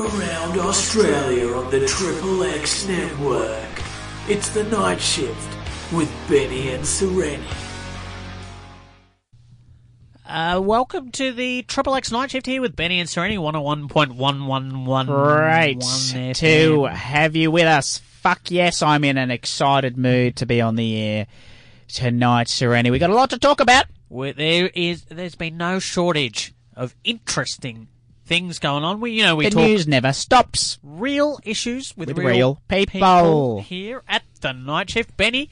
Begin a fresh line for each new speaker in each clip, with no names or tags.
Around Australia on the Triple X network, it's the night shift with Benny and Sereni.
Uh, welcome to the Triple X Night Shift here with Benny and Sereni, 101.111.
Great
FM.
to have you with us. Fuck yes, I'm in an excited mood to be on the air tonight, Serena. We got a lot to talk about.
Where there is, there's been no shortage of interesting things going on. We, you know, we
the
talk
news never stops.
real issues with,
With real people.
here at the Night Shift. Benny,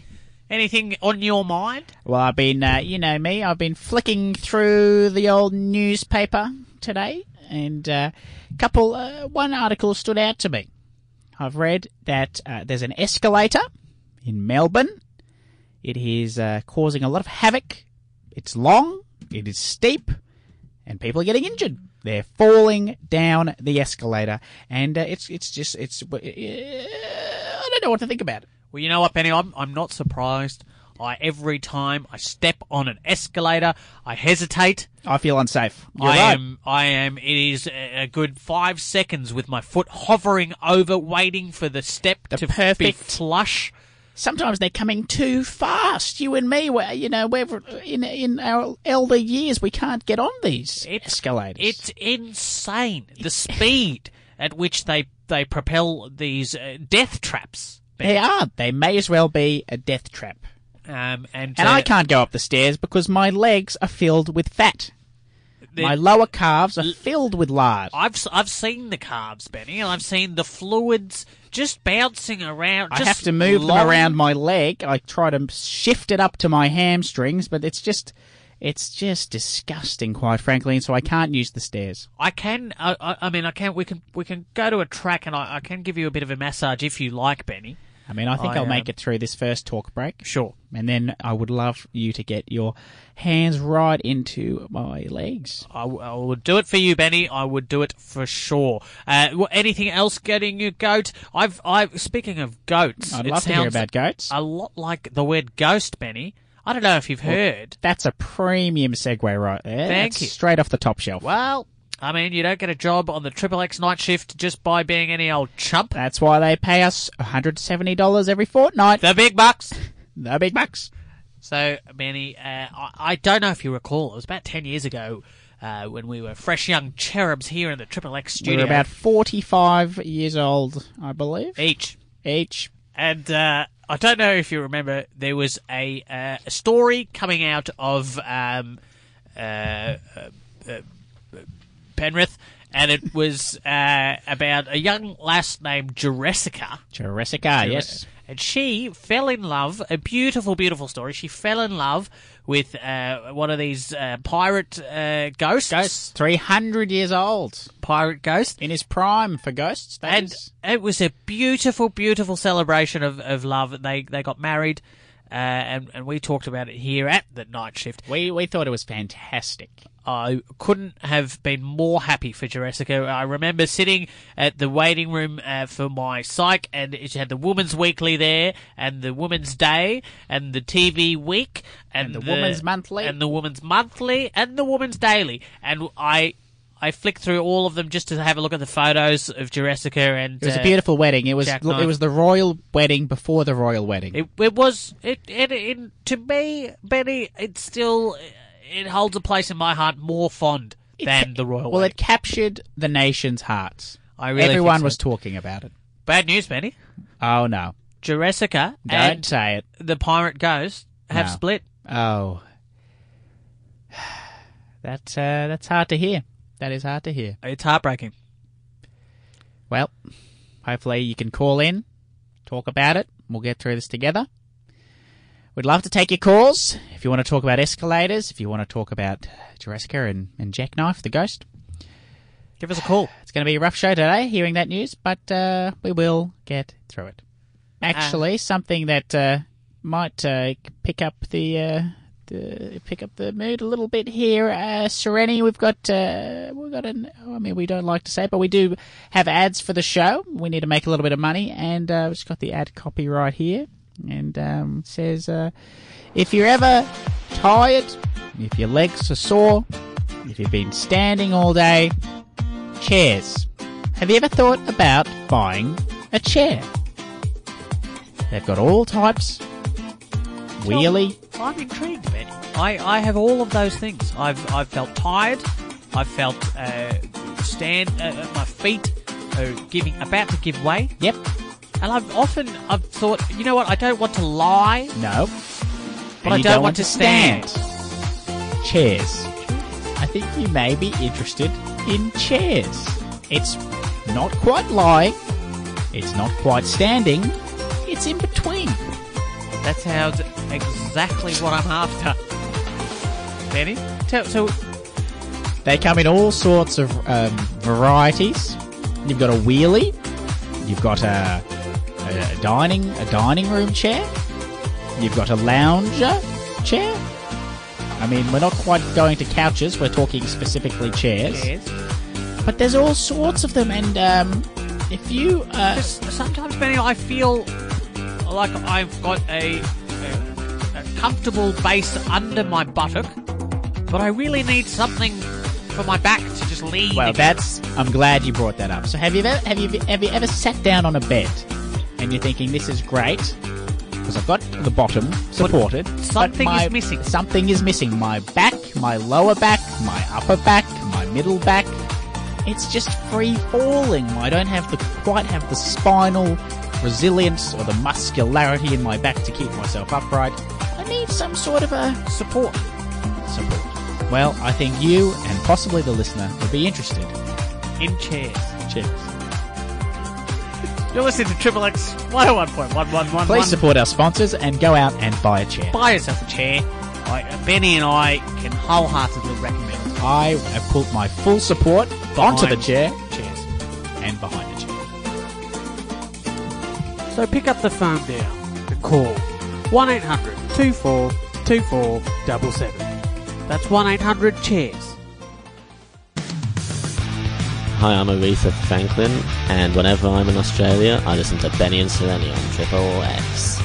anything on your mind?
Well, I've been, uh, you know me, I've been flicking through the old newspaper today, and uh, a couple, uh, one article stood out to me. I've read that uh, there's an escalator in Melbourne. It is uh, causing a lot of havoc. It's long, it is steep, and people are getting injured. They're falling down the escalator, and uh, it's it's just it's uh, I don't know what to think about it.
Well, you know what, Benny? I'm, I'm not surprised. I every time I step on an escalator, I hesitate.
I feel unsafe. You're
I
right.
am. I am. It is a a good five seconds with my foot hovering over, waiting for the step
The
to be
perfect-
flush.
sometimes they're coming too fast. You and me, we're, you know, we're in in our elder years, we can't get on these
It's-
escalators.
It's insane the speed at which they they propel these uh, death traps.
they are. They may as well be a death trap.
Um, and
And
uh,
I can't go up the stairs because my legs are filled with fat.
the-
my lower calves are filled with lard.
I've s- I've seen the carbs, Benny, and I've seen the fluids just bouncing around.
I
just
have to move
long-
them around my leg. I try to shift it up to my hamstrings, but it's just, it's just disgusting, quite frankly. And so I can't use the stairs.
I can. I, I, I mean, I can. We can. We can go to a track, and I, I can give you a bit of a massage if you like, Benny.
I mean, I think
I,
I'll make
um,
it through this first talk break.
Sure.
And then I would love you to get your hands right into my legs.
I, w- I would do it for you, Benny. I would do it for sure. Uh, wh- anything else getting you goat? I've, I've. Speaking of goats,
I'd
it
love to hear
sounds
about goats.
a lot like the word ghost, Benny. I don't know if you've heard.
That's a premium segue right there.
Thank
That's
you.
Straight off the top shelf.
Well, I mean, you don't get a job on the Triple X night shift just by being any old chump.
That's why they pay us $170 every fortnight.
The big bucks.
The big bucks.
So, Benny, uh, I, I don't know if you recall, it was about 10 years ago uh, when we were fresh young cherubs here in the Triple X
we
studio.
You're about 45 years old, I believe.
each.
Each.
And uh, I don't know if you remember, there was a, uh, a story coming out of um, uh, uh, uh, Penrith, and it was uh, about a young lass named Jurassica.
Jurassica, yes.
And she fell in love, a beautiful, beautiful story. She fell in love with uh, one of these uh, pirate uh, ghosts.
Ghosts. 300 years old.
Pirate ghost.
In his prime for ghosts. that
and
is.
it was a beautiful, beautiful celebration of, of love. They they got married, uh, and and we talked about it here at the night shift.
We, we thought it was fantastic.
I couldn't have been more happy for Jurassica. I remember sitting at the waiting room uh, for my psych, and it had the Women's Weekly there, and the Women's Day, and the TV Week,
And
and,
the Woman's Monthly.
and the Women's Monthly, and the Women's Daily, and I. I flicked through all of them just to have a look at the photos of Jurassica and
It was
uh,
a beautiful wedding. It was
Jack
it
Knight.
was the royal wedding before the royal wedding.
It, it was it, it, it to me, Benny. It still it holds a place in my heart more fond than the royal.
well,
wedding.
it captured the nation's hearts.
I really
everyone
think so.
was talking about it.
bad news, Benny.
Oh no!
Jurassica
Don't
and
say it.
the Pirate Ghost have
No.
split.
Oh, that uh, that's hard to hear. That is hard to hear.
It's heartbreaking.
Well, hopefully you can call in, talk about it. We'll get through this together. We'd love to take your calls. If you want to talk about escalators, if you want to talk about Jurassica and, and Jackknife, the ghost,
Give us a call.
It's going to be a rough show today, hearing that news, but uh, we will get through it. Actually, something that uh, might uh, pick up the, uh, the pick up the mood a little bit here, uh, Sereni. We've got uh, we've got an. I mean, we don't like to say, it, but we do have ads for the show. We need to make a little bit of money, and uh, we've just got the ad copy right here, and um, it says, uh, "If you're ever tired, if your legs are sore, if you've been standing all day." chairs. Have you ever thought about buying a chair? They've got all types. Wheelie.
I'm intrigued, Ben. I, I have all of those things. I've I've felt tired. I've felt uh, stand uh, uh, my feet are giving about to give way,
Yep.
and I've often I've thought, you know what? I don't want to lie,
No.
but
And
I
you
don't, want, to stand.
Chairs. I think you may be interested in chairs. It's not quite lying. It's not quite standing. It's in between.
That sounds exactly what I'm after, Benny. Tell, so
They come in all sorts of um, varieties. You've got a wheelie. You've got a, a, a dining a dining room chair. You've got a lounger chair. I mean, we're not quite going to couches. We're talking specifically chairs.
chairs.
But there's all sorts of them, and um, if you uh,
'Cause sometimes, Benny, I feel like I've got a, a, a comfortable base under my buttock, but I really need something for my back to just lean.
well,
against.
that's I'm glad you brought that up. So have you ever have you have you ever sat down on a bed and you're thinking this is great because I've got the bottom supported. but
something
my-
is missing.
Something is missing. My back, my lower back, my upper back, my middle back. It's just free falling. I don't have the quite have the spinal resilience or the muscularity in my back to keep myself upright. I need some sort of a
support.
support. Well, I think you and possibly the listener would be interested.
In chairs.
Cheers.
You're listening to Triple X 101.1111.
Please support our sponsors and go out and buy a chair.
buy yourself a chair. I, Benny and I can wholeheartedly recommend
I have put my full support onto the
Behind.
chair
chairs.
and behind the chair.
So pick up the phone now and call 1 800 242477. That's 1 800 Chairs.
Hi, I'm Aretha Franklin, and whenever I'm in Australia, I listen to Benny and Sereni on Triple X.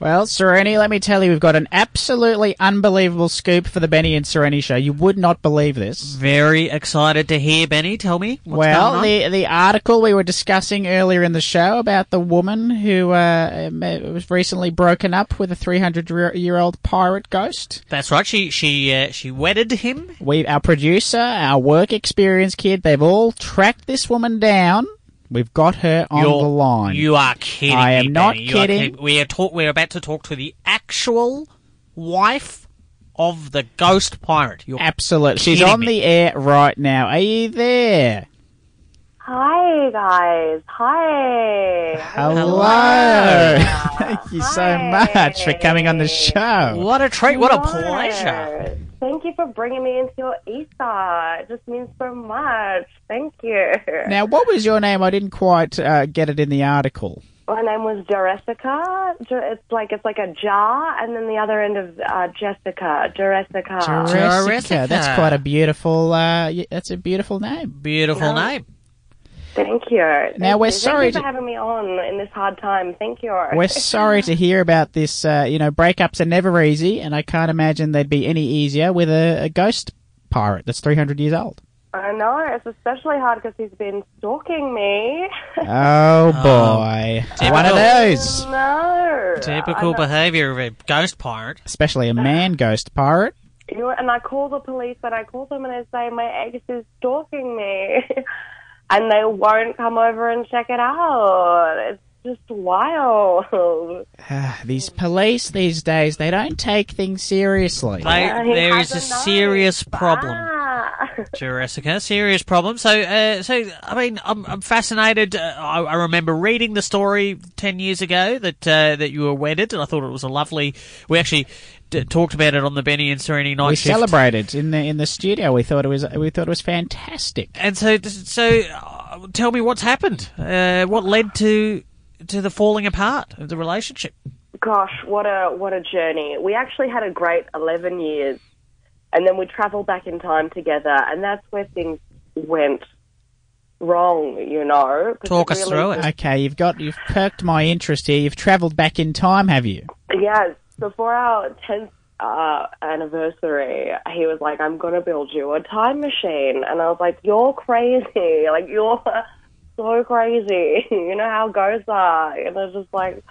Well, Sereni, let me tell you, we've got an absolutely unbelievable scoop for the Benny and Sereni show. You would not believe this.
Very excited to hear, Benny. Tell me. What's going
well,
on?
the the article we were discussing earlier in the show about the woman who uh, was recently broken up with a 300 year old pirate ghost.
that's right. She she uh, she wedded him.
We, our producer, our work experience kid, they've all tracked this woman down. We've got her on
You're-
the line.
You are kidding.
I am
me,
not
Benny. You are
kidding.
We are talk. We're about to talk to the actual wife of the ghost pirate. You're
Absolutely. She's
kidding
on
me.
the air right now. Are you there?
Hi guys. Hi.
Hello. Thank you so
Hi.
much for coming on the show.
what a treat! What a pleasure!
Yes. Thank you for bringing me into your ether. It just means so much. Thank you.
Now, what was your name? I didn't quite uh, get it in the article.
My name was Jessica. It's like it's like a jar, and then the other end of uh, Jessica. Jessica.
Jessica. That's quite a beautiful. Uh, y- that's a beautiful name.
Beautiful
Yeah.
name.
Thank you.
Now,
Thank
we're
you.
sorry
Thank
to-
you for having me on in this hard time. Thank you.
We're sorry to hear about this. Uh, you know, breakups are never easy, and I can't imagine they'd be any easier with a, a ghost pirate that's 300 years old.
I know it's especially hard because he's been stalking me.
Oh, boy. One of
typical.
those.
no.
Typical behaviour of a ghost pirate.
Especially a man ghost pirate.
You know, and I call the police and I call them and I say, my ex is stalking me. and they won't come over and check it out. It's just wild.
Ah, these police these days, they don't take things seriously.
They,
Yeah, he
there is
has
a
a knife.
serious problem,
Ah.
Jessica. Serious problem. So, uh, so I mean, I'm, I'm fascinated. Uh, I, I remember reading the story ten years ago that uh, that you were wedded, and I thought it was a lovely. We actually d- talked about it on the Benny and Sereni night
we
shift.
celebrated in the in the studio. We thought it was we thought it was fantastic.
And so, so uh, tell me what's happened. Uh, what led to to the falling apart of the relationship?
Gosh, what a what a journey. We actually had a great 11 years. And then we traveled back in time together and that's where things went wrong, you know. 'cause
Talk us
really
through it.
Okay, you've got you've perked my interest here. You've travelled back in time, have you?
Yes, before our 10th uh, anniversary, he was like, I'm going to build you a time machine. And I was like, You're crazy. Like, you're so crazy. you know how ghosts are. And they're just like,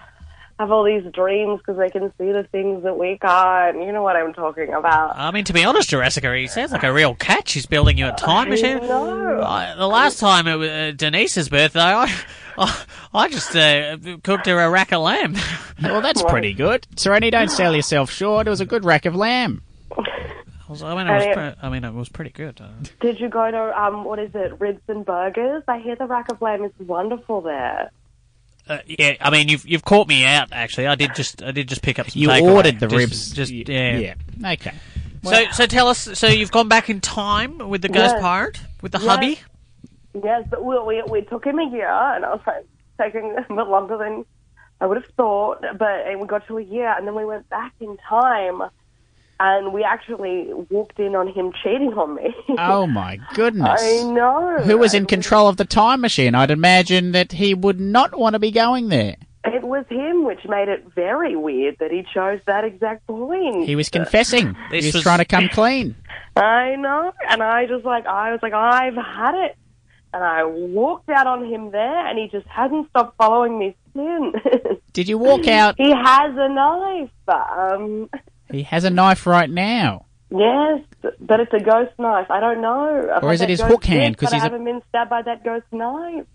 have all these dreams because they can see the things that we can't. You know what I'm talking about.
I mean, to be honest, Jurassica, he sounds like a real catch. He's building you a time machine.
know.
I, the last time it was uh, Denise's birthday, I, I, I just uh, cooked her a rack of lamb.
Well, that's pretty good. Sereni, don't sell yourself short. It was a good rack of lamb.
I, was, I mean, it was, pre- I mean, it was pretty good. Uh,
Did you go to, um, what is it, Ribs and Burgers? I hear the rack of lamb is wonderful there.
Uh, yeah, I mean, you've you've caught me out. Actually, I did just I did just pick up some.
You
takeaway.
ordered the
Just-
ribs.
Just
Y-
yeah.
yeah. Okay.
So so tell us. So you've gone back in time with the ghost
Yes.
pirate with the hubby.
Yes, but we, we, we took him a year, and I was like, taking a bit longer than I would have thought. But and we got to a year, and then we went back in time, and we actually walked in on him cheating on me.
Oh my goodness.
I know.
Who was in
It
control of the time machine? I'd imagine that he would not want to be going there.
It was him, which made it very weird that he chose that exact point.
He was confessing. he
This
was,
was-
trying to come clean.
I know. And I just like, I was like, I've had it. And I walked out on him there, and he just hasn't stopped following me since.
Did you walk out?
he has a knife. Um,
He has a knife right now.
yes, but it's a ghost knife. I don't know. I've
Or
had
is it
that
his
ghost
hook hand,
dick,
'cause
but
he's
I
a-
haven't been stabbed by that ghost knife.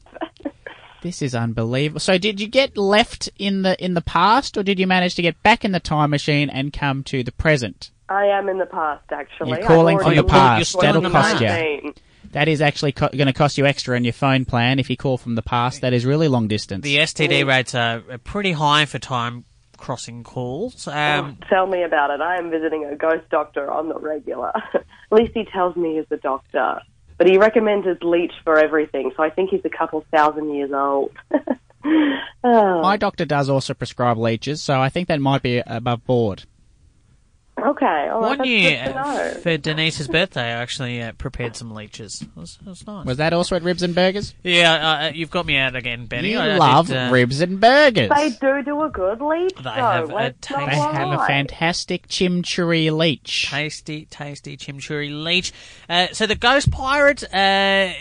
This is unbelievable. So, did you get left in the in the past, or did you manage to get back in the time machine and come to the present?
I am in the past, actually.
You're calling
I've
from
already
the past.
looked
That'll
for
cost
you.
2019.
That is actually co- going to cost you extra in your phone plan if you call from the past. That is really long distance.
The STD rates are are pretty high for time crossing calls. Um,
Tell me about it. I am visiting a ghost doctor on the regular. At least he tells me he's a doctor. But he recommends his leech for everything, so I think he's a couple thousand years old. oh,
My doctor does also prescribe leeches, so I think that might be above board.
okay. All right,
one
that's
year
good to
uh,
know.
for Denise's birthday, I actually uh, prepared some leeches. It was, it was nice.
Was that also at Ribs and Burgers?
yeah, uh, uh, you've got me out again, Benny.
You
I- I did,
love
uh,
ribs and burgers.
They do do a good leech, though.
have a
Let's not
taste.
They have a
lie.
fantastic chimchurri leech.
Tasty, tasty chimchurri leech. Uh, so the ghost pirate, uh,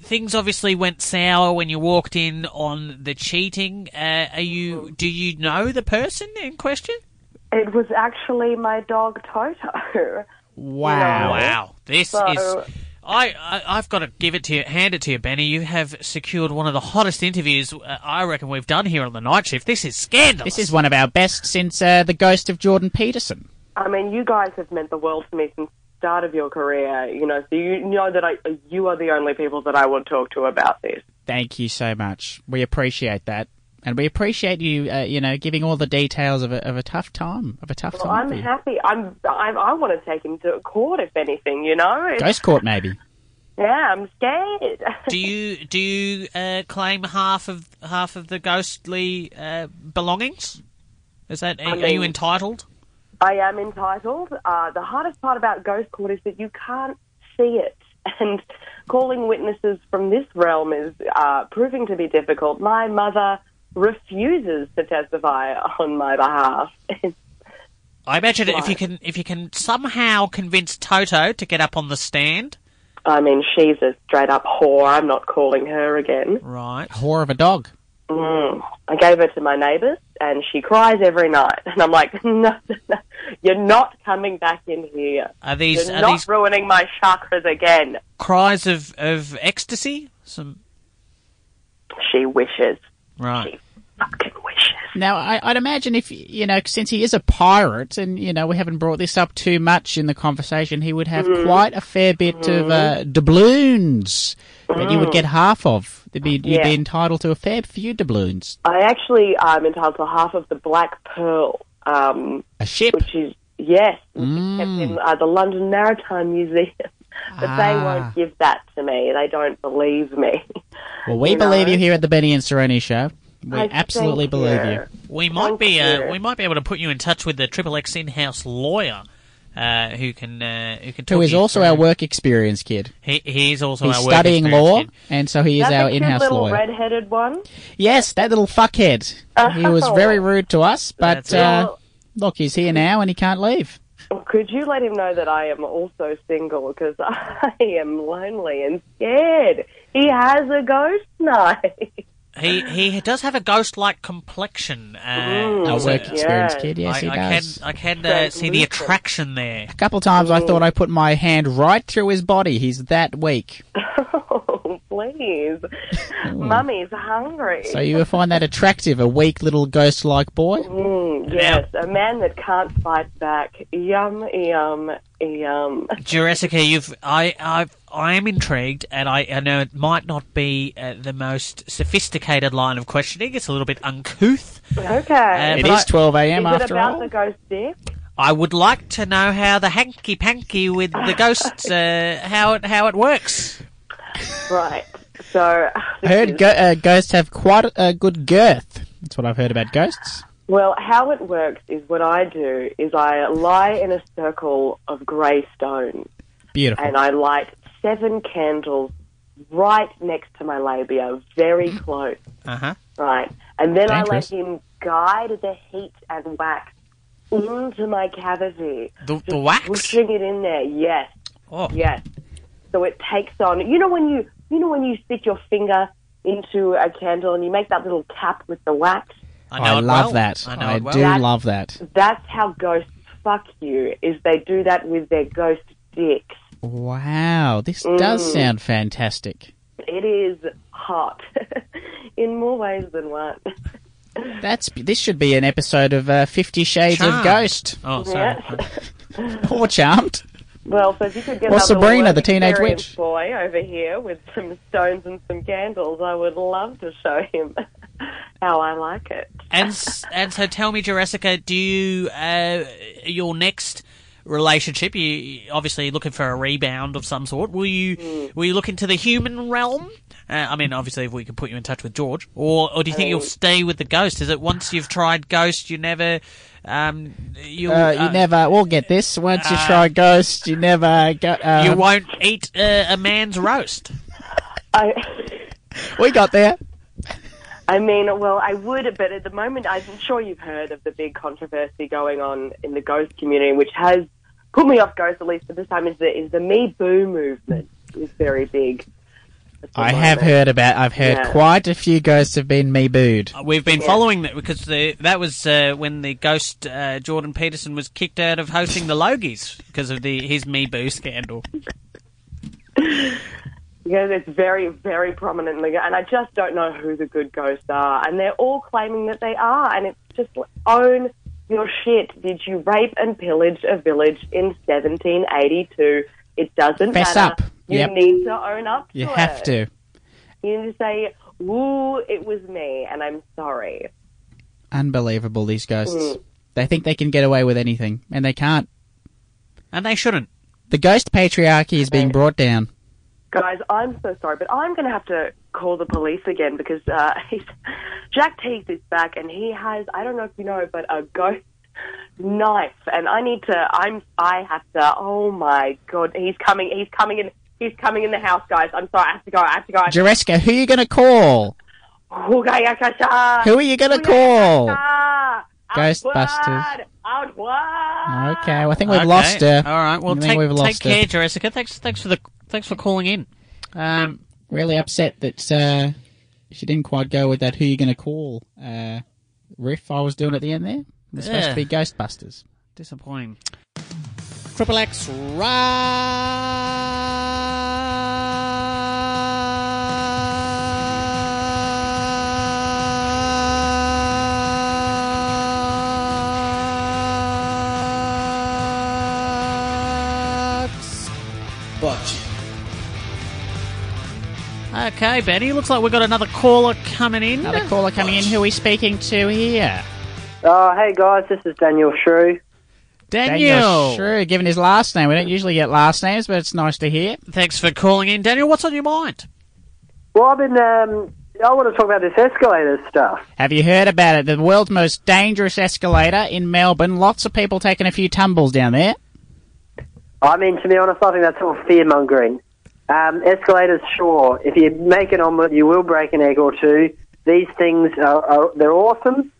things obviously went sour when you walked in on the cheating. Uh, are you? Do you know the person in question?
It was actually my dog Toto.
Wow.
Wow, this
So-
is. I, I I've got to give it to you, hand it to you, Benny. You have secured one of the hottest interviews uh, I reckon we've done here on the night shift. This is scandalous.
This is one of our best since uh, the ghost of Jordan Peterson.
I mean, you guys have meant the world to me since the start of your career, you know, so you know that I, you are the only people that I will talk to about this.
Thank you so much. We appreciate that. And we appreciate you, uh, you know, giving all the details of a, of a tough time, of a tough
Well,
time.
I'm
for you.
happy. I'm, I'm. I want to take him to court, if anything. You know. It's-
Ghost court, maybe.
Yeah, I'm scared.
do you do you uh, claim half of half of the ghostly uh, belongings? Is that are, are you
mean-
entitled?
I am entitled. Uh, the hardest part about ghost court is that you can't see it, and calling witnesses from this realm is uh, proving to be difficult. My mother refuses to testify on my behalf.
I imagine if you can if you can somehow convince Toto to get up on the stand,
I mean, she's a straight up whore. I'm not calling her again.
right?
Whore of a dog.
Mm. I gave her to my neighbours, and she cries every night. And I'm like, no, no, no, you're not coming back in here.
Are these
You're
are
not
these
ruining my chakras again.
cries of of ecstasy? Some
She wishes.
right.
Fucking wishes.
Now, I, I'd imagine if, you know, since he is a pirate, and, you know, we haven't brought this up too much in the conversation, he would have
Mm-hmm.
quite a fair bit of uh, doubloons that you would get half of. There'd be, you'd
Mm-hmm. Yeah.
be entitled to a fair few doubloons.
I actually am entitled to half of the Black Pearl, um,
A ship.
which is, yes, which is
Mm.
kept in uh, the London Maritime Museum. But they
Ah.
won't give that to me. They don't believe me.
Well, we
you know.
believe you here at the Benny and Cerrone show. We
I
absolutely
think,
believe
yeah.
you.
We might
Thank
be uh,
you.
we might be able to put you in touch with the Triple X in-house lawyer uh, who can uh, who can talk
Who is
you
also
through-
our work experience kid.
he, he's also
He's
our work
studying
experience
law,
kid.
and so he is
That's
our
a cute
in-house
little
lawyer.
red-headed one.
Yes, that little fuckhead. He was very rude to us, but
That's it.
uh,
Well,
Look, he's here now and he can't leave.
Could you let him know that I am also single because I am lonely and scared? He has a ghost night.
He he does have a ghost-like complexion. Uh,
A
as
work
a-
experience
yeah.
kid, yes,
I,
he
I can
does.
I can uh, see the
Translucent.
attraction there.
A couple times I thought I put my hand right through his body. He's that weak.
Oh, please. Mummy's hungry.
Hmm. So you would find that attractive, a weak little ghost like boy?
Mm, yes, a man that can't fight back. Yum, yum, yum.
Jurassica, you've I I I am intrigued, and I, I know it might not be uh, the most sophisticated line of questioning. It's a little bit uncouth.
Okay.
Uh,
It
but
is
I-
12 a.m.
Is it
after
about
all.
the ghost dick?
I would like to know how the hanky panky with the ghosts uh, how it how it works.
Right. So,
I heard go- uh, ghosts have quite a a good girth. That's what I've heard about ghosts.
well, how it works is what I do is I lie in a circle of grey stone
Beautiful.
and I light seven candles right next to my labia, very close.
Uh
Uh-huh.
huh.
Right. And then
Mm-hmm. Dangerous.
I let him guide the heat and wax into my cavity.
The the
Just
wax.
Pushing it in there, yes,
Oh,
yes. So it takes on you know when you you know when you stick your finger into a candle and you make that little cap with the wax?
I know
I,
it
love
well.
that.
I know
I,
it well.
do
That-
love that.
That's how ghosts fuck you, is they do that with their ghost dicks.
Wow, this does sound fantastic.
It is hot. in more ways than one.
That's this should be an episode of uh, Fifty Shades
Charmed.
of Ghost
Oh, sorry.
or Charmed.
Well, so if you could get
Well,
another
Sabrina,
work
the teenage
experience
witch.
boy over here with some stones and some candles, I would love to show him how I like it.
and s- and so tell me, Jurassica, do you uh, your next relationship? You obviously looking for a rebound of some sort. Will you will you look into the human realm? Uh, I mean, obviously, if we can put you in touch with George, or or do you think you'll stay with the ghost? Is it once you've tried ghost, you never um you
Uh, you never. We'll get this. Once you try Ghost, you never. Go, uh,
you won't eat uh, a man's roast?
I.
we got there.
I mean, well, I would, but at the moment, I'm sure you've heard of the big controversy going on in the ghost community, which has put me off ghosts at least for this time. Is the is the Me Boo movement is very big. at the
I have
moment.
heard about. I've heard
Yeah.
quite a few ghosts have been me booed.
We've been following that because the, that was uh, when the ghost uh, Jordan Peterson was kicked out of hosting the Logies because of the his Me Boo scandal.
Yeah, it's very, very prominently, and I just don't know who the good ghosts are, and they're all claiming that they are, and it's just like, own your shit. Did you rape and pillage a village in 1782? It doesn't
Fess
matter.
up.
You
Yep.
need to own up. To
You have
it.
to.
You need to say, "Woo, it was me, and I'm sorry."
Unbelievable. These ghosts. They think they can get away with anything, and they can't.
And they shouldn't.
The ghost patriarchy is being brought down.
Guys, I'm so sorry, but I'm going to have to call the police again because uh, he's, Jack Teague is back, and he has—I don't know if you know—but a ghost knife, and I need to—I'm—I have to. Oh my god, he's coming! He's coming in! He's coming in the house, guys. I'm sorry, I have to go. I have to go. I have to-
Jureska, who are you going to call?
Hugayakasha!
Who are you going to call?
Hugayakasha!
Ghostbusters.
Outward! Outward!
Okay, well, I think we've
Okay.
lost her.
All right. Well,
I think
take,
we've lost
take
her.
care, Jessica. Thanks, thanks for the thanks for calling in. Um,
Really upset that uh, she didn't quite go with that. Who you going to call? Uh, riff I was doing at the end there. It was supposed
Yeah.
to be Ghostbusters.
disappointing.
Triple X
Okay, Benny. Looks like we've got another caller coming in.
Another caller coming in. Who are we speaking to here?
Oh, hey guys, this is Daniel Shrew.
Daniel.
Daniel Shrew, given his last name. We don't usually get last names, but it's nice to hear.
Thanks for calling in, Daniel. What's on your mind?
Well, I've been. Um, I want to talk about this escalator stuff.
Have you heard about it? The world's most dangerous escalator in Melbourne. Lots of people taking a few tumbles down there.
I mean, to be honest, I think that's all fear mongering. Um, escalators, sure. If you make an omelette, you will break an egg or two. These things are, are they're awesome.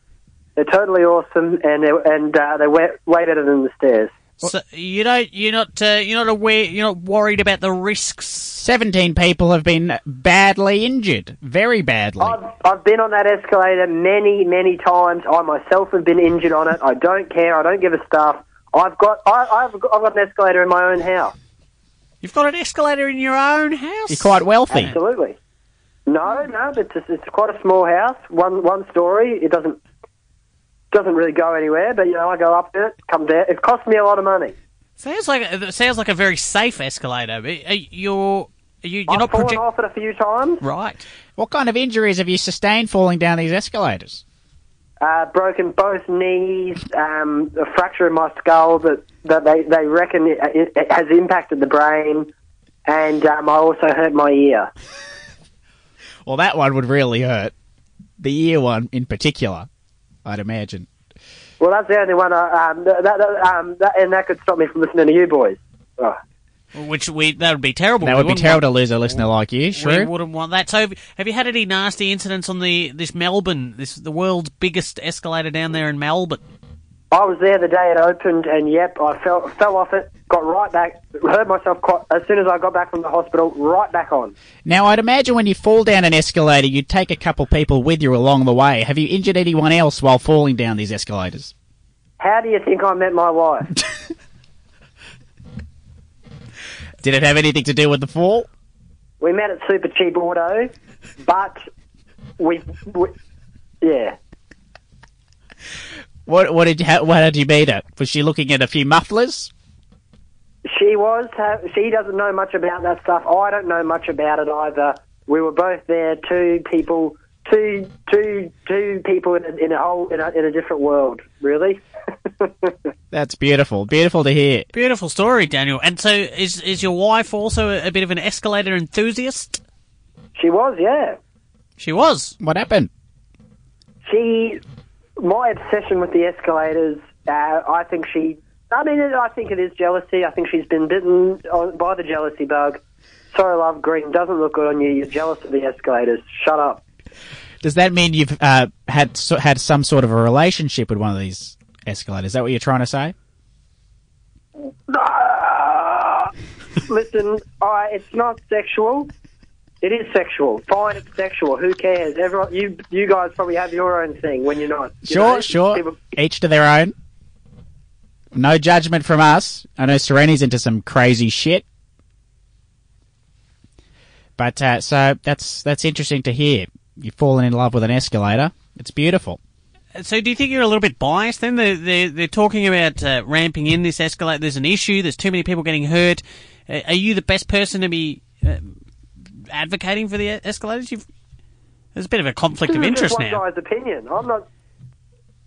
They're They're totally awesome, and they're, and uh, they're way, way better than the stairs.
So you don't, you're not, uh, you're not aware, you're not worried about the risks.
17 people have been badly injured. Very badly.
I've, I've been on that escalator many, many times. I myself have been injured on it. I don't care. I don't give a stuff. I've got I, I've, got- I've got an escalator in my own house.
You've got an escalator in your own house.
You're quite wealthy.
Absolutely. No, no, but it's, it's quite a small house, one one story. It doesn't doesn't really go anywhere. But you know, I go up to it, come down. It cost me a lot of money.
Sounds like it sounds like a very safe escalator. But uh, You're you, you're
I've
not
fallen
project
off it a few times.
right.
What kind of injuries have you sustained falling down these escalators?
Uh, broken both knees, um, a fracture in my skull that, that they, they reckon it, it, it has impacted the brain, and um, I also hurt my ear.
Well, that one would really hurt. The ear one in particular, I'd imagine.
Well, that's the only one. I, um, that, that, um, that, and that could stop me from listening to you boys. Oh.
Which we that would be terrible.
That
We
would be
wouldn't
terrible to
want-
lose a listener like you,
We
sure.
wouldn't want that. So, have- have you had any nasty incidents on the this Melbourne, this the world's biggest escalator down there in Melbourne?
I was there the day it opened, and yep, I fell fell off it, got right back, hurt myself quite as soon as I got back from the hospital, right back on.
Now, I'd imagine when you fall down an escalator, you take a couple people with you along the way. Have you injured anyone else while falling down these escalators?
How do you think I met my wife?
Did it have anything to do with the fall?
we met at Super Cheap Auto, but we, we yeah.
What, what did you, how, what did you beat her? Was she looking at a few mufflers?
She was. ha- She doesn't know much about that stuff. I don't know much about it either. We were both there, two people, two, two, two people in a, in a whole in a, in a different world, really.
That's beautiful. Beautiful to hear.
Beautiful story, Daniel. And so, is is your wife also a, a bit of an escalator enthusiast?
she was, yeah.
She was.
What happened?
she, my obsession with the escalators, uh, I think she, I mean, I think it is jealousy. I think she's been bitten on, by the jealousy bug. Sorry, love, green doesn't look good on you. You're jealous of the escalators. Shut up.
Does that mean you've uh, had so, had some sort of a relationship with one of these escalators? Is that what you're trying to say?
Ah! Listen, I, it's not sexual. It is sexual. Fine, it's sexual. Who cares? Everyone, you you guys probably have your own thing when you're not. you
Sure,
know?
sure.
People-
Each to their own. No judgment from us. I know Sereni's into some crazy shit. But uh, so that's that's interesting to hear. You've fallen in love with an escalator. It's beautiful.
So, do you think you're a little bit biased? Then they're they're, they're talking about uh, ramping in this escalator. There's an issue. There's too many people getting hurt. Uh, are you the best person to be uh, advocating for the e- escalators? You've there's a bit of a conflict of
This is
interest
just
now.
Mm, one guy's opinion. I'm not.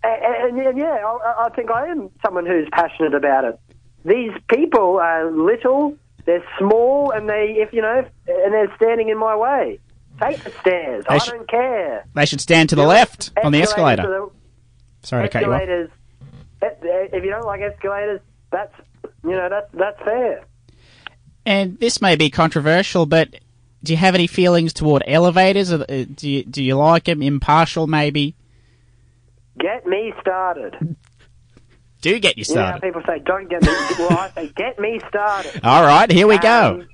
And, and, and yeah, I, I think I am someone who's passionate about it. These people are little, they're small, and they, if you know, and they're standing in my way. Take the stairs. I,
sh-
don't care.
They should stand to the left on the
Escalators
escalator.
are
Sorry to
the-
cut you off.
Escalators. Eh, If you don't like escalators, that's you know that's that's fair.
And this may be controversial, but do you have any feelings toward elevators? Or, uh, Do you, do you like them? Impartial, maybe?
Get me started.
Do get you
You know how
started.
people say, "Don't get me." well, I say, "Get me started."
All right, here we go.
Um,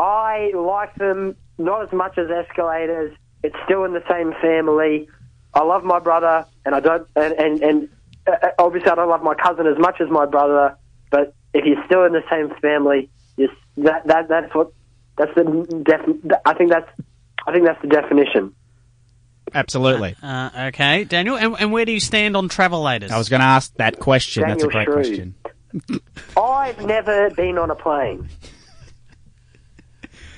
I like them not as much as escalators. It's still in the same family. I love my brother, and I don't, and and, and uh, uh, obviously I don't love my cousin as much as my brother. But if you're still in the same family, you s- that that that's what that's the def, I think that's I think that's the definition.
Absolutely.
Uh, okay, Daniel, and, and where do you stand on travelators?
I was going to ask that question. That's a
Daniel
great
Shrew.
question.
I've never been on a plane.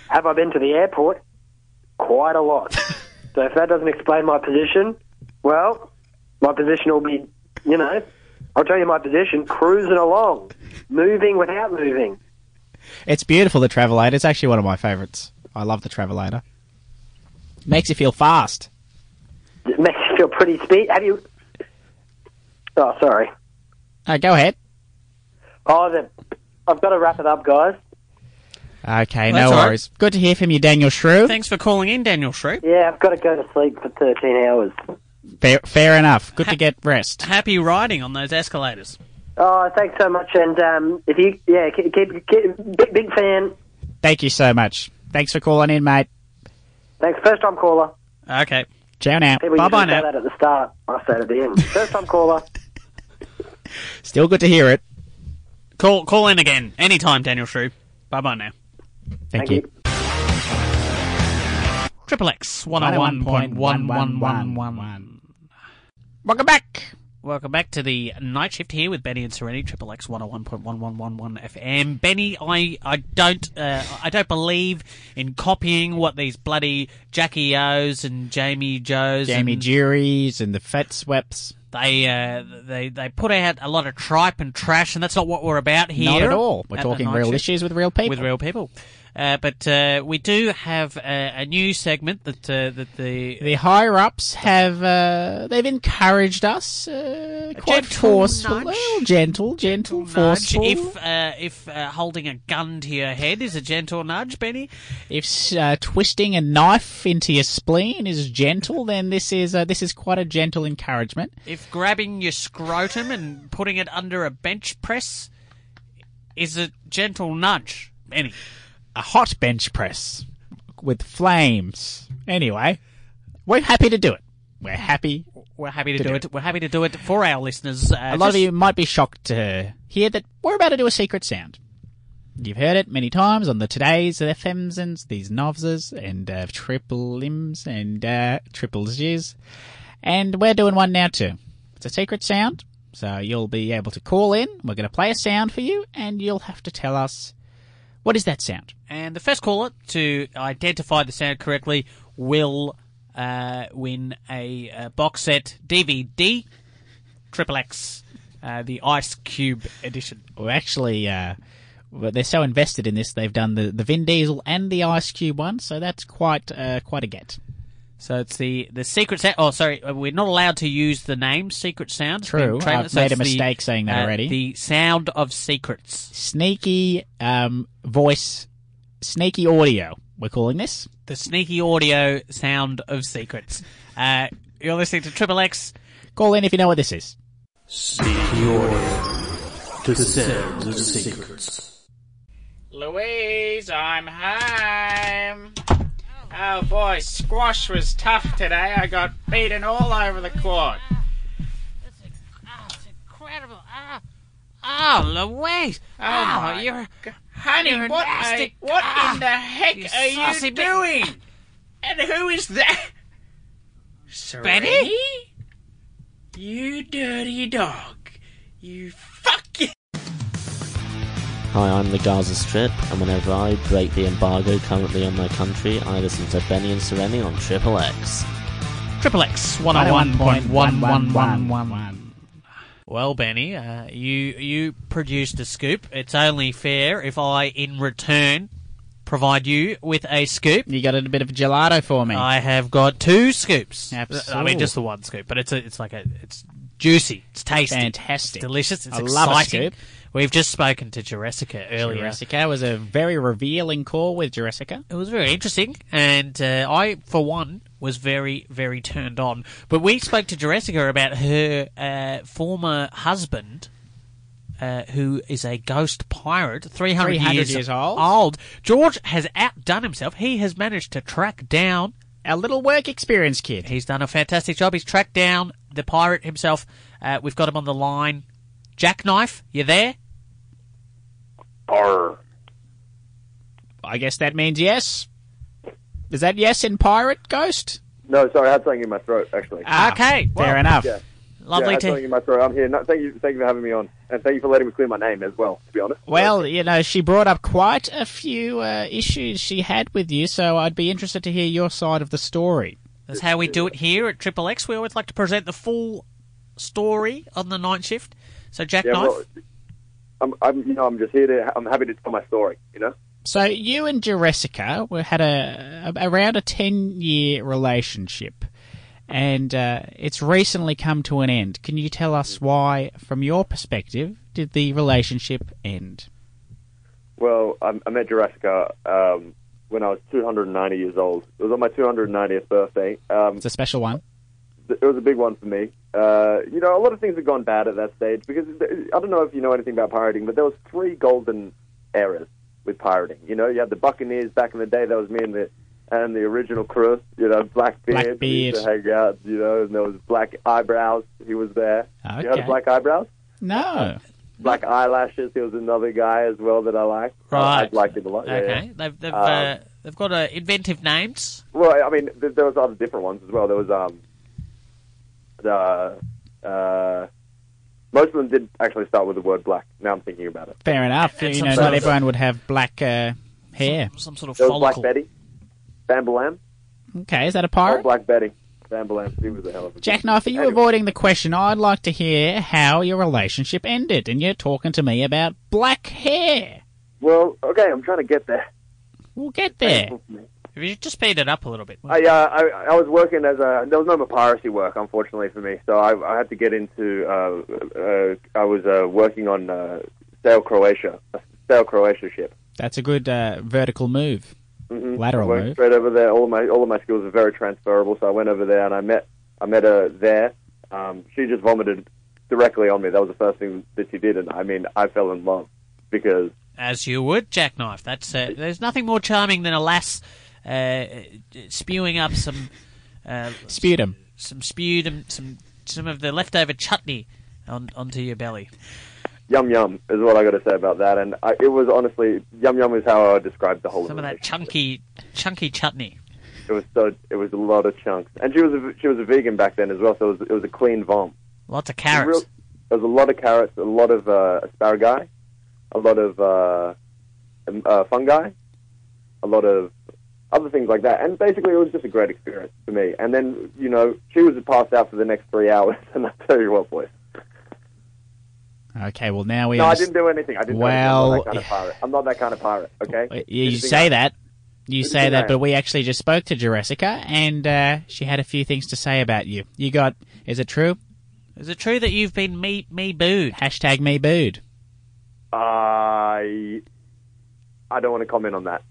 Have I been to the airport? Quite a lot. so if that doesn't explain my position, well, my position will be, you know, I'll tell you my position: cruising along, moving without moving.
It's beautiful, the Travelator. It's actually one of my favourites. I love the Travelator. Makes you feel fast.
It makes you feel pretty speed. Have you? Oh, sorry.
Uh, go ahead.
Oh, the... I've got to wrap it up, guys.
Okay,
That's
no
all right.
worries. Good to hear from you, Daniel Shrew.
Thanks for calling in, Daniel Shrew.
Yeah, I've got to go to sleep for thirteen hours.
Fair, fair enough. Good to get rest.
Happy riding on those escalators.
Oh, thanks so much. And um, if you, yeah, keep, keep, keep big, big fan.
Thank you so much. Thanks for calling in, mate.
Thanks, first time caller.
Okay.
Ciao now.
People
Bye-bye
usually say
now.
that at the start. I say it at the end. First time caller.
Still good to hear it.
Call call in again anytime, Daniel Shrew. Bye bye now.
Thank,
Thank
you.
you.
Triple X one hundred one point one one one one.
Welcome back.
Welcome back to the night shift here with Benny and Serenity, Triple X one hundred one point one one one one FM. Benny, I I don't uh, I don't believe in copying what these bloody Jackie O's and Jamie Joes
Jamie
and
Juries and the Fat Sweps.
they uh, they they put out a lot of tripe and trash, and that's not what we're about here.
Not at all. We're
at the
talking
night
real
shift
issues with real people.
with real people. Uh, but uh, we do have uh, a new segment that uh, that the
the higher ups have uh, they've encouraged us uh, quite
gentle
forceful,
nudge.
well, gentle, gentle,
nudge,
forceful.
if uh, if uh, holding a gun to your head is a gentle nudge, Benny.
if uh, twisting a knife into your spleen is gentle, then this is uh, this is quite a gentle encouragement.
If grabbing your scrotum and putting it under a bench press is a gentle nudge, Benny.
A hot bench press with flames. Anyway, we're happy to do it. We're happy.
We're happy to,
To
do,
do
it. We're happy to do it for our listeners. Uh,
A lot of you might be shocked to hear that we're about to do a secret sound. You've heard it many times on the Today's, the FMs, and these Novses, and uh, Triple Limbs, and uh, Triple Zs. And we're doing one now too. It's a secret sound, so you'll be able to call in. We're going to play a sound for you, and you'll have to tell us what is that sound.
And the first caller to identify the sound correctly will uh, win a uh, box set DVD, Triple X, uh, the Ice Cube edition.
We're actually, uh, well, they're so invested in this, they've done the, the Vin Diesel and the Ice Cube one, so that's quite uh, quite a get.
So it's the the secret sound. Oh, sorry, uh, we're not allowed to use the name Secret Sound. It's been
True,
trademarked,
I've made
it's
a mistake saying that
uh,
already.
The sound of secrets.
sneaky um, voice, sneaky audio. We're calling this.
The sneaky audio sound of secrets. Uh, you're listening to Triple X.
Call in if you know what this is.
Sneaky order. The sounds of secrets.
Louise, I'm home. Oh boy, squash was tough today. I got beaten all over the court.
It's, inc- oh, it's incredible. Oh, oh Louise. Oh,
my
you're
Honey,
You're
what,
nasty.
a- what
Ah,
in the heck
you
are you
saucy bit-
doing? And who is that?
Betty?
You dirty dog. You fucking.
Hi, I'm the Gaza Strip, and whenever I break the embargo currently on my country, I listen to Benny and Sereni on Triple X.
Triple X 101.1111. Well, Benny, uh, you you produced a scoop. It's only fair if I, in return, provide you with a scoop.
You got a bit of gelato for me.
I have got two scoops. Uh,
Absolutely.
I mean, just the one scoop, but it's a, it's like a it's juicy, it's tasty,
Fantastic.
it's delicious, it's
I
exciting.
love a scoop.
We've just spoken to Jurassica earlier.
Jurassica was a very revealing call with Jurassica.
It was very interesting, and uh, I, for one, was very, very turned on. But we spoke to Jessica about her uh, former husband, uh, who is a ghost pirate, 300,
300 years old.
George has outdone himself. He has managed to track down,
Our little work experience kid.
he's done a fantastic job. He's tracked down the pirate himself. Uh, we've got him on the line. Jackknife, you there?
Arr.
I guess that means yes. Is that yes in pirate ghost?
No, sorry, I had something in my throat, actually.
Ah,
Okay.
fair enough.
yeah. yeah, I
Lovely
had
to
something in my throat. I'm here. No, thank you, thank you for having me on, and thank you for letting me clear my name as well. To be honest.
Well, you know, she brought up quite a few uh, issues she had with you, so I'd be interested to hear your side of the story.
That's how we do it here at Triple X. We always like to present the full story on the night shift. So
yeah,
Jackknife,
well, I'm, I'm, you know, I'm just here to. I'm happy to tell my story. You know.
So you and Jessica were had a, a around a ten year relationship, and uh, it's recently come to an end. Can you tell us why, from your perspective, did the relationship end?
Well, I, I met Jurassica um, when I was 290 years old. It was on my 290th birthday. Um,
It's a special one.
it was a big one for me. Uh, you know, a lot of things had gone bad at that stage because th- I don't know if you know anything about pirating, but there was three golden eras with pirating. You know, you had the Buccaneers back in the day. That was me and the and the original crew. You know, Blackbeard, we used to hang out. You know, and there was Black Eyebrows. He was there. You
Okay.
heard of Black Eyebrows?
No.
Black Eyelashes. He was another guy as well that I liked. I, I
Right.
liked him a lot. yeah, Um, yeah.
Okay. They've they've uh, they've got uh, inventive names.
Well, I mean, th- there was other different ones as well. There was um, the uh, most of them did actually start with the word black. Now I'm thinking about it.
Fair enough.
And
you
some
know,
sort
not
of-
everyone would have black uh, hair.
Some sort of
There was
follicle.
Black Betty, Bambalam.
Okay, is that a
Oh,
pirate?
Black Betty, Bambalam. He was a hell of a
Jack Knife, are you
Anyway.
avoiding the question? I'd like to hear how your relationship ended, and you're talking to me about black hair.
Well, okay, I'm trying to get there.
We'll get there.
If you just speed it up a little bit.
I, uh, I I was working as a there was no more piracy work unfortunately for me, so I, I had to get into uh, uh, I was uh, working on uh, Sail Croatia, a Sail Croatia ship.
That's a good uh, vertical move. Lateral
Mm, Went
move.
straight over there. All of my all of my skills are very transferable. So I went over there and I met I met her there. Um, she just vomited directly on me. That was the first thing that she did, and I mean I fell in love because
As you would, jackknife. That's uh, there's nothing more charming than a lass uh, spewing up some uh,
Sputum.
some spewed and some some of the leftover chutney on, onto your belly.
yum yum is what I got to say about that. And I, it was honestly yum yum is how I described the whole.
Some of that
relationship.
chunky chunky chutney.
It was so it was a lot of chunks, and she was a, she was a vegan back then as well. So it was, it was a clean vom.
Lots of
It was
carrots.
real- There was a lot of carrots, a lot of uh, asparagus, a lot of uh, um, uh, fungi, a lot of other things like that. And basically, it was just a great experience for me. And then, you know, she was passed out for the next three hours, and I tell you what, boys.
Okay, well, now we
No, I
understand-
didn't do anything. I didn't
Well,
do anything. I'm not that kind of pirate. I'm not that kind of pirate, okay?
Well, Uh, You, you
Just think
say
I-
that. You
Just
say
think
that,
I-
but we actually just spoke to Jurassica, and uh, she had a few things to say about you. You got, is it true?
Is it true that you've been me me booed?
Hashtag me booed.
I, I don't want to comment on that.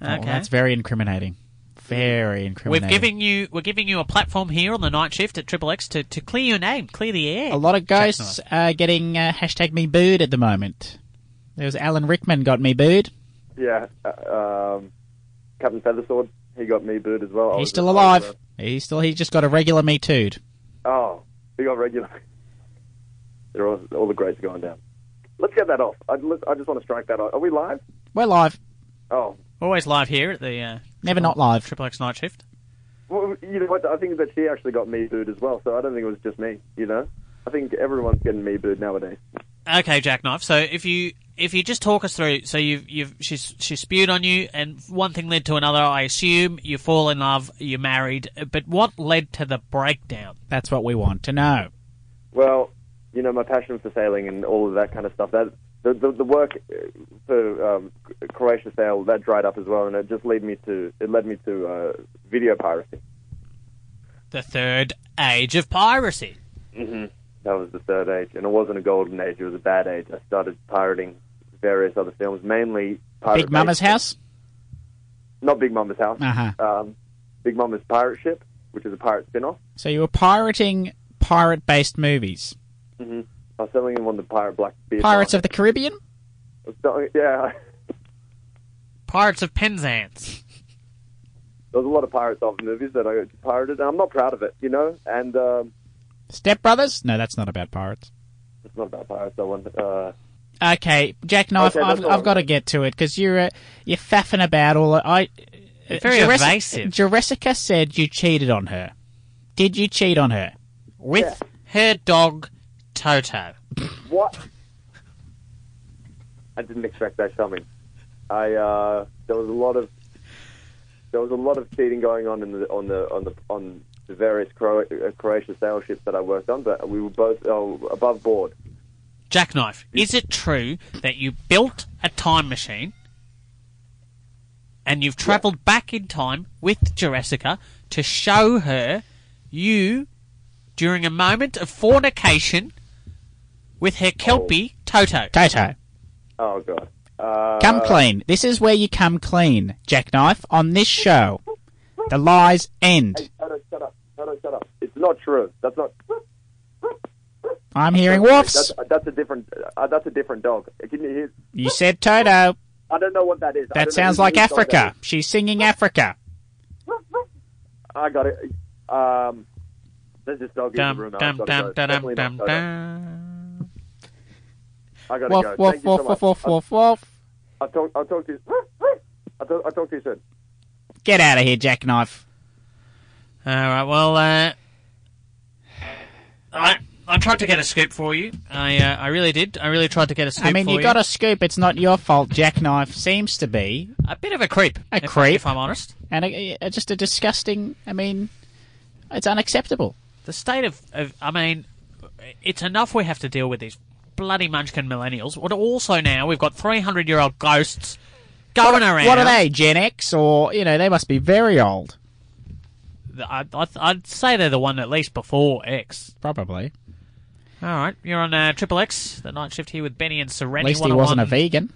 Oh,
Okay.
that's very incriminating. Very
We've
incriminating.
giving you we're giving you a platform here on the night shift at Triple X to, to clear your name, clear the air.
a lot of ghosts are getting uh, hashtag me booed at the moment. There was Alan Rickman got me booed.
Yeah. Uh, um, Captain Feathersword, he got me booed as well. I
He's
was-
still
I was,
alive.
uh,
He's still. He just got a regular me too'd.
Oh, we got regular. They're all, all the grades going down. Let's get that off. I, let's- I just want to strike that off. Are we live?
We're live.
Oh,
Always live here at the uh,
Never not live.
Triple X night shift.
well, you know what? I think that she actually got me booed as well. So I don't think it was just me. You know, I think everyone's getting me booed nowadays.
Okay, Jackknife. So if you if you just talk us through, so you've you've she's she spewed on you, and one thing led to another. I assume you fall in love, you're married, but what led to the breakdown?
That's what we want to know.
Well, you know, my passion for sailing and all of that kind of stuff. That the the, the work uh, for um, Croatia sail that dried up as well, and it just led me to it led me to uh, video piracy.
The third age of piracy.
That was the third age, and it wasn't a golden age; it was a bad age. I started pirating various other films, mainly Pirate
Big Mama's
Bay-
house.
not Big Mama's house.
Uh huh.
Um, Big Mama's pirate ship, which is a pirate spin-off.
So you were pirating pirate-based movies.
I was selling him on the pirate black beer.
Pirates of the Caribbean.
yeah,
Pirates of Penzance.
there was a lot of pirates off movies that I pirated, and I'm not proud of it, you know. And um,
Step Brothers. No, that's not about pirates.
it's not about pirates. I want. Uh,
Okay, Jackknife,
Okay, that's
I've,
all
I've
right.
got to get to it because you're uh, you're faffing about all. I uh,
very
Jurassic-
evasive.
Jurassica said you cheated on her. Did you cheat on her?
with her dog Toto.
What? I didn't expect that coming. I uh, there was a lot of there was a lot of cheating going on in the, on the on the on the various Cro- uh, Croatia sail ships that I worked on, but we were both uh, above board.
Jackknife, is it true that you built a time machine and you've travelled back in time with Jurassica to show her you during a moment of fornication with her kelpie Toto?
Toto,
Oh god! Uh,
come clean. This is where you come clean, Jackknife, on this show. The lies end.
Shut up! Shut up! Shut up! It's not true. That's not.
I'm hearing
That's,
whoops.
that's a different. Uh, that's a different dog. Can you hear?
You said Toto.
I don't know what that is. I don't know
That sounds
whose
like
dog that
Africa. She's singing Africa.
is. I got it. Um, there's this dog in
Dum,
the room.
dum,
I've got to
dum,
go.
dum,
Definitely not
dum,
Toto.
dum.
I gotta
Woof,
go.
woof,
Thank you so
woof, woof,
much.
woof,
I'll,
woof, woof.
I'll talk. I'll talk to you. I'll talk, I'll talk to you soon.
Get out of here, jackknife.
All right. Well, uh, I I tried to get a scoop for you. I uh, I really did. I really tried to get a scoop.
I mean,
for
you
you
got a scoop. It's not your fault. Jackknife seems to be,
a bit of a creep.
A
if-
creep?
if I'm honest.
and a, a- just a disgusting. I mean, it's unacceptable.
The state of, of I mean, it's enough we have to deal with these bloody munchkin millennials. But also now we've got three hundred year old ghosts going around.
What are they? Gen X, or you know, they must be very old.
I, I, I'd say they're the one at least before X.
Probably.
All right, you're on uh, Triple X, the night shift here with Benny and Serenity.
At least he wasn't a
101.
vegan.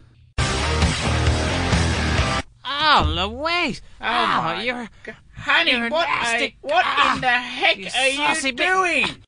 Oh, Louise.
my
Oh,
Ah,
you're
Honey,
You're
what,
nasty-
a- what
Ah,
in the heck
you
are you
saucy bit.
doing?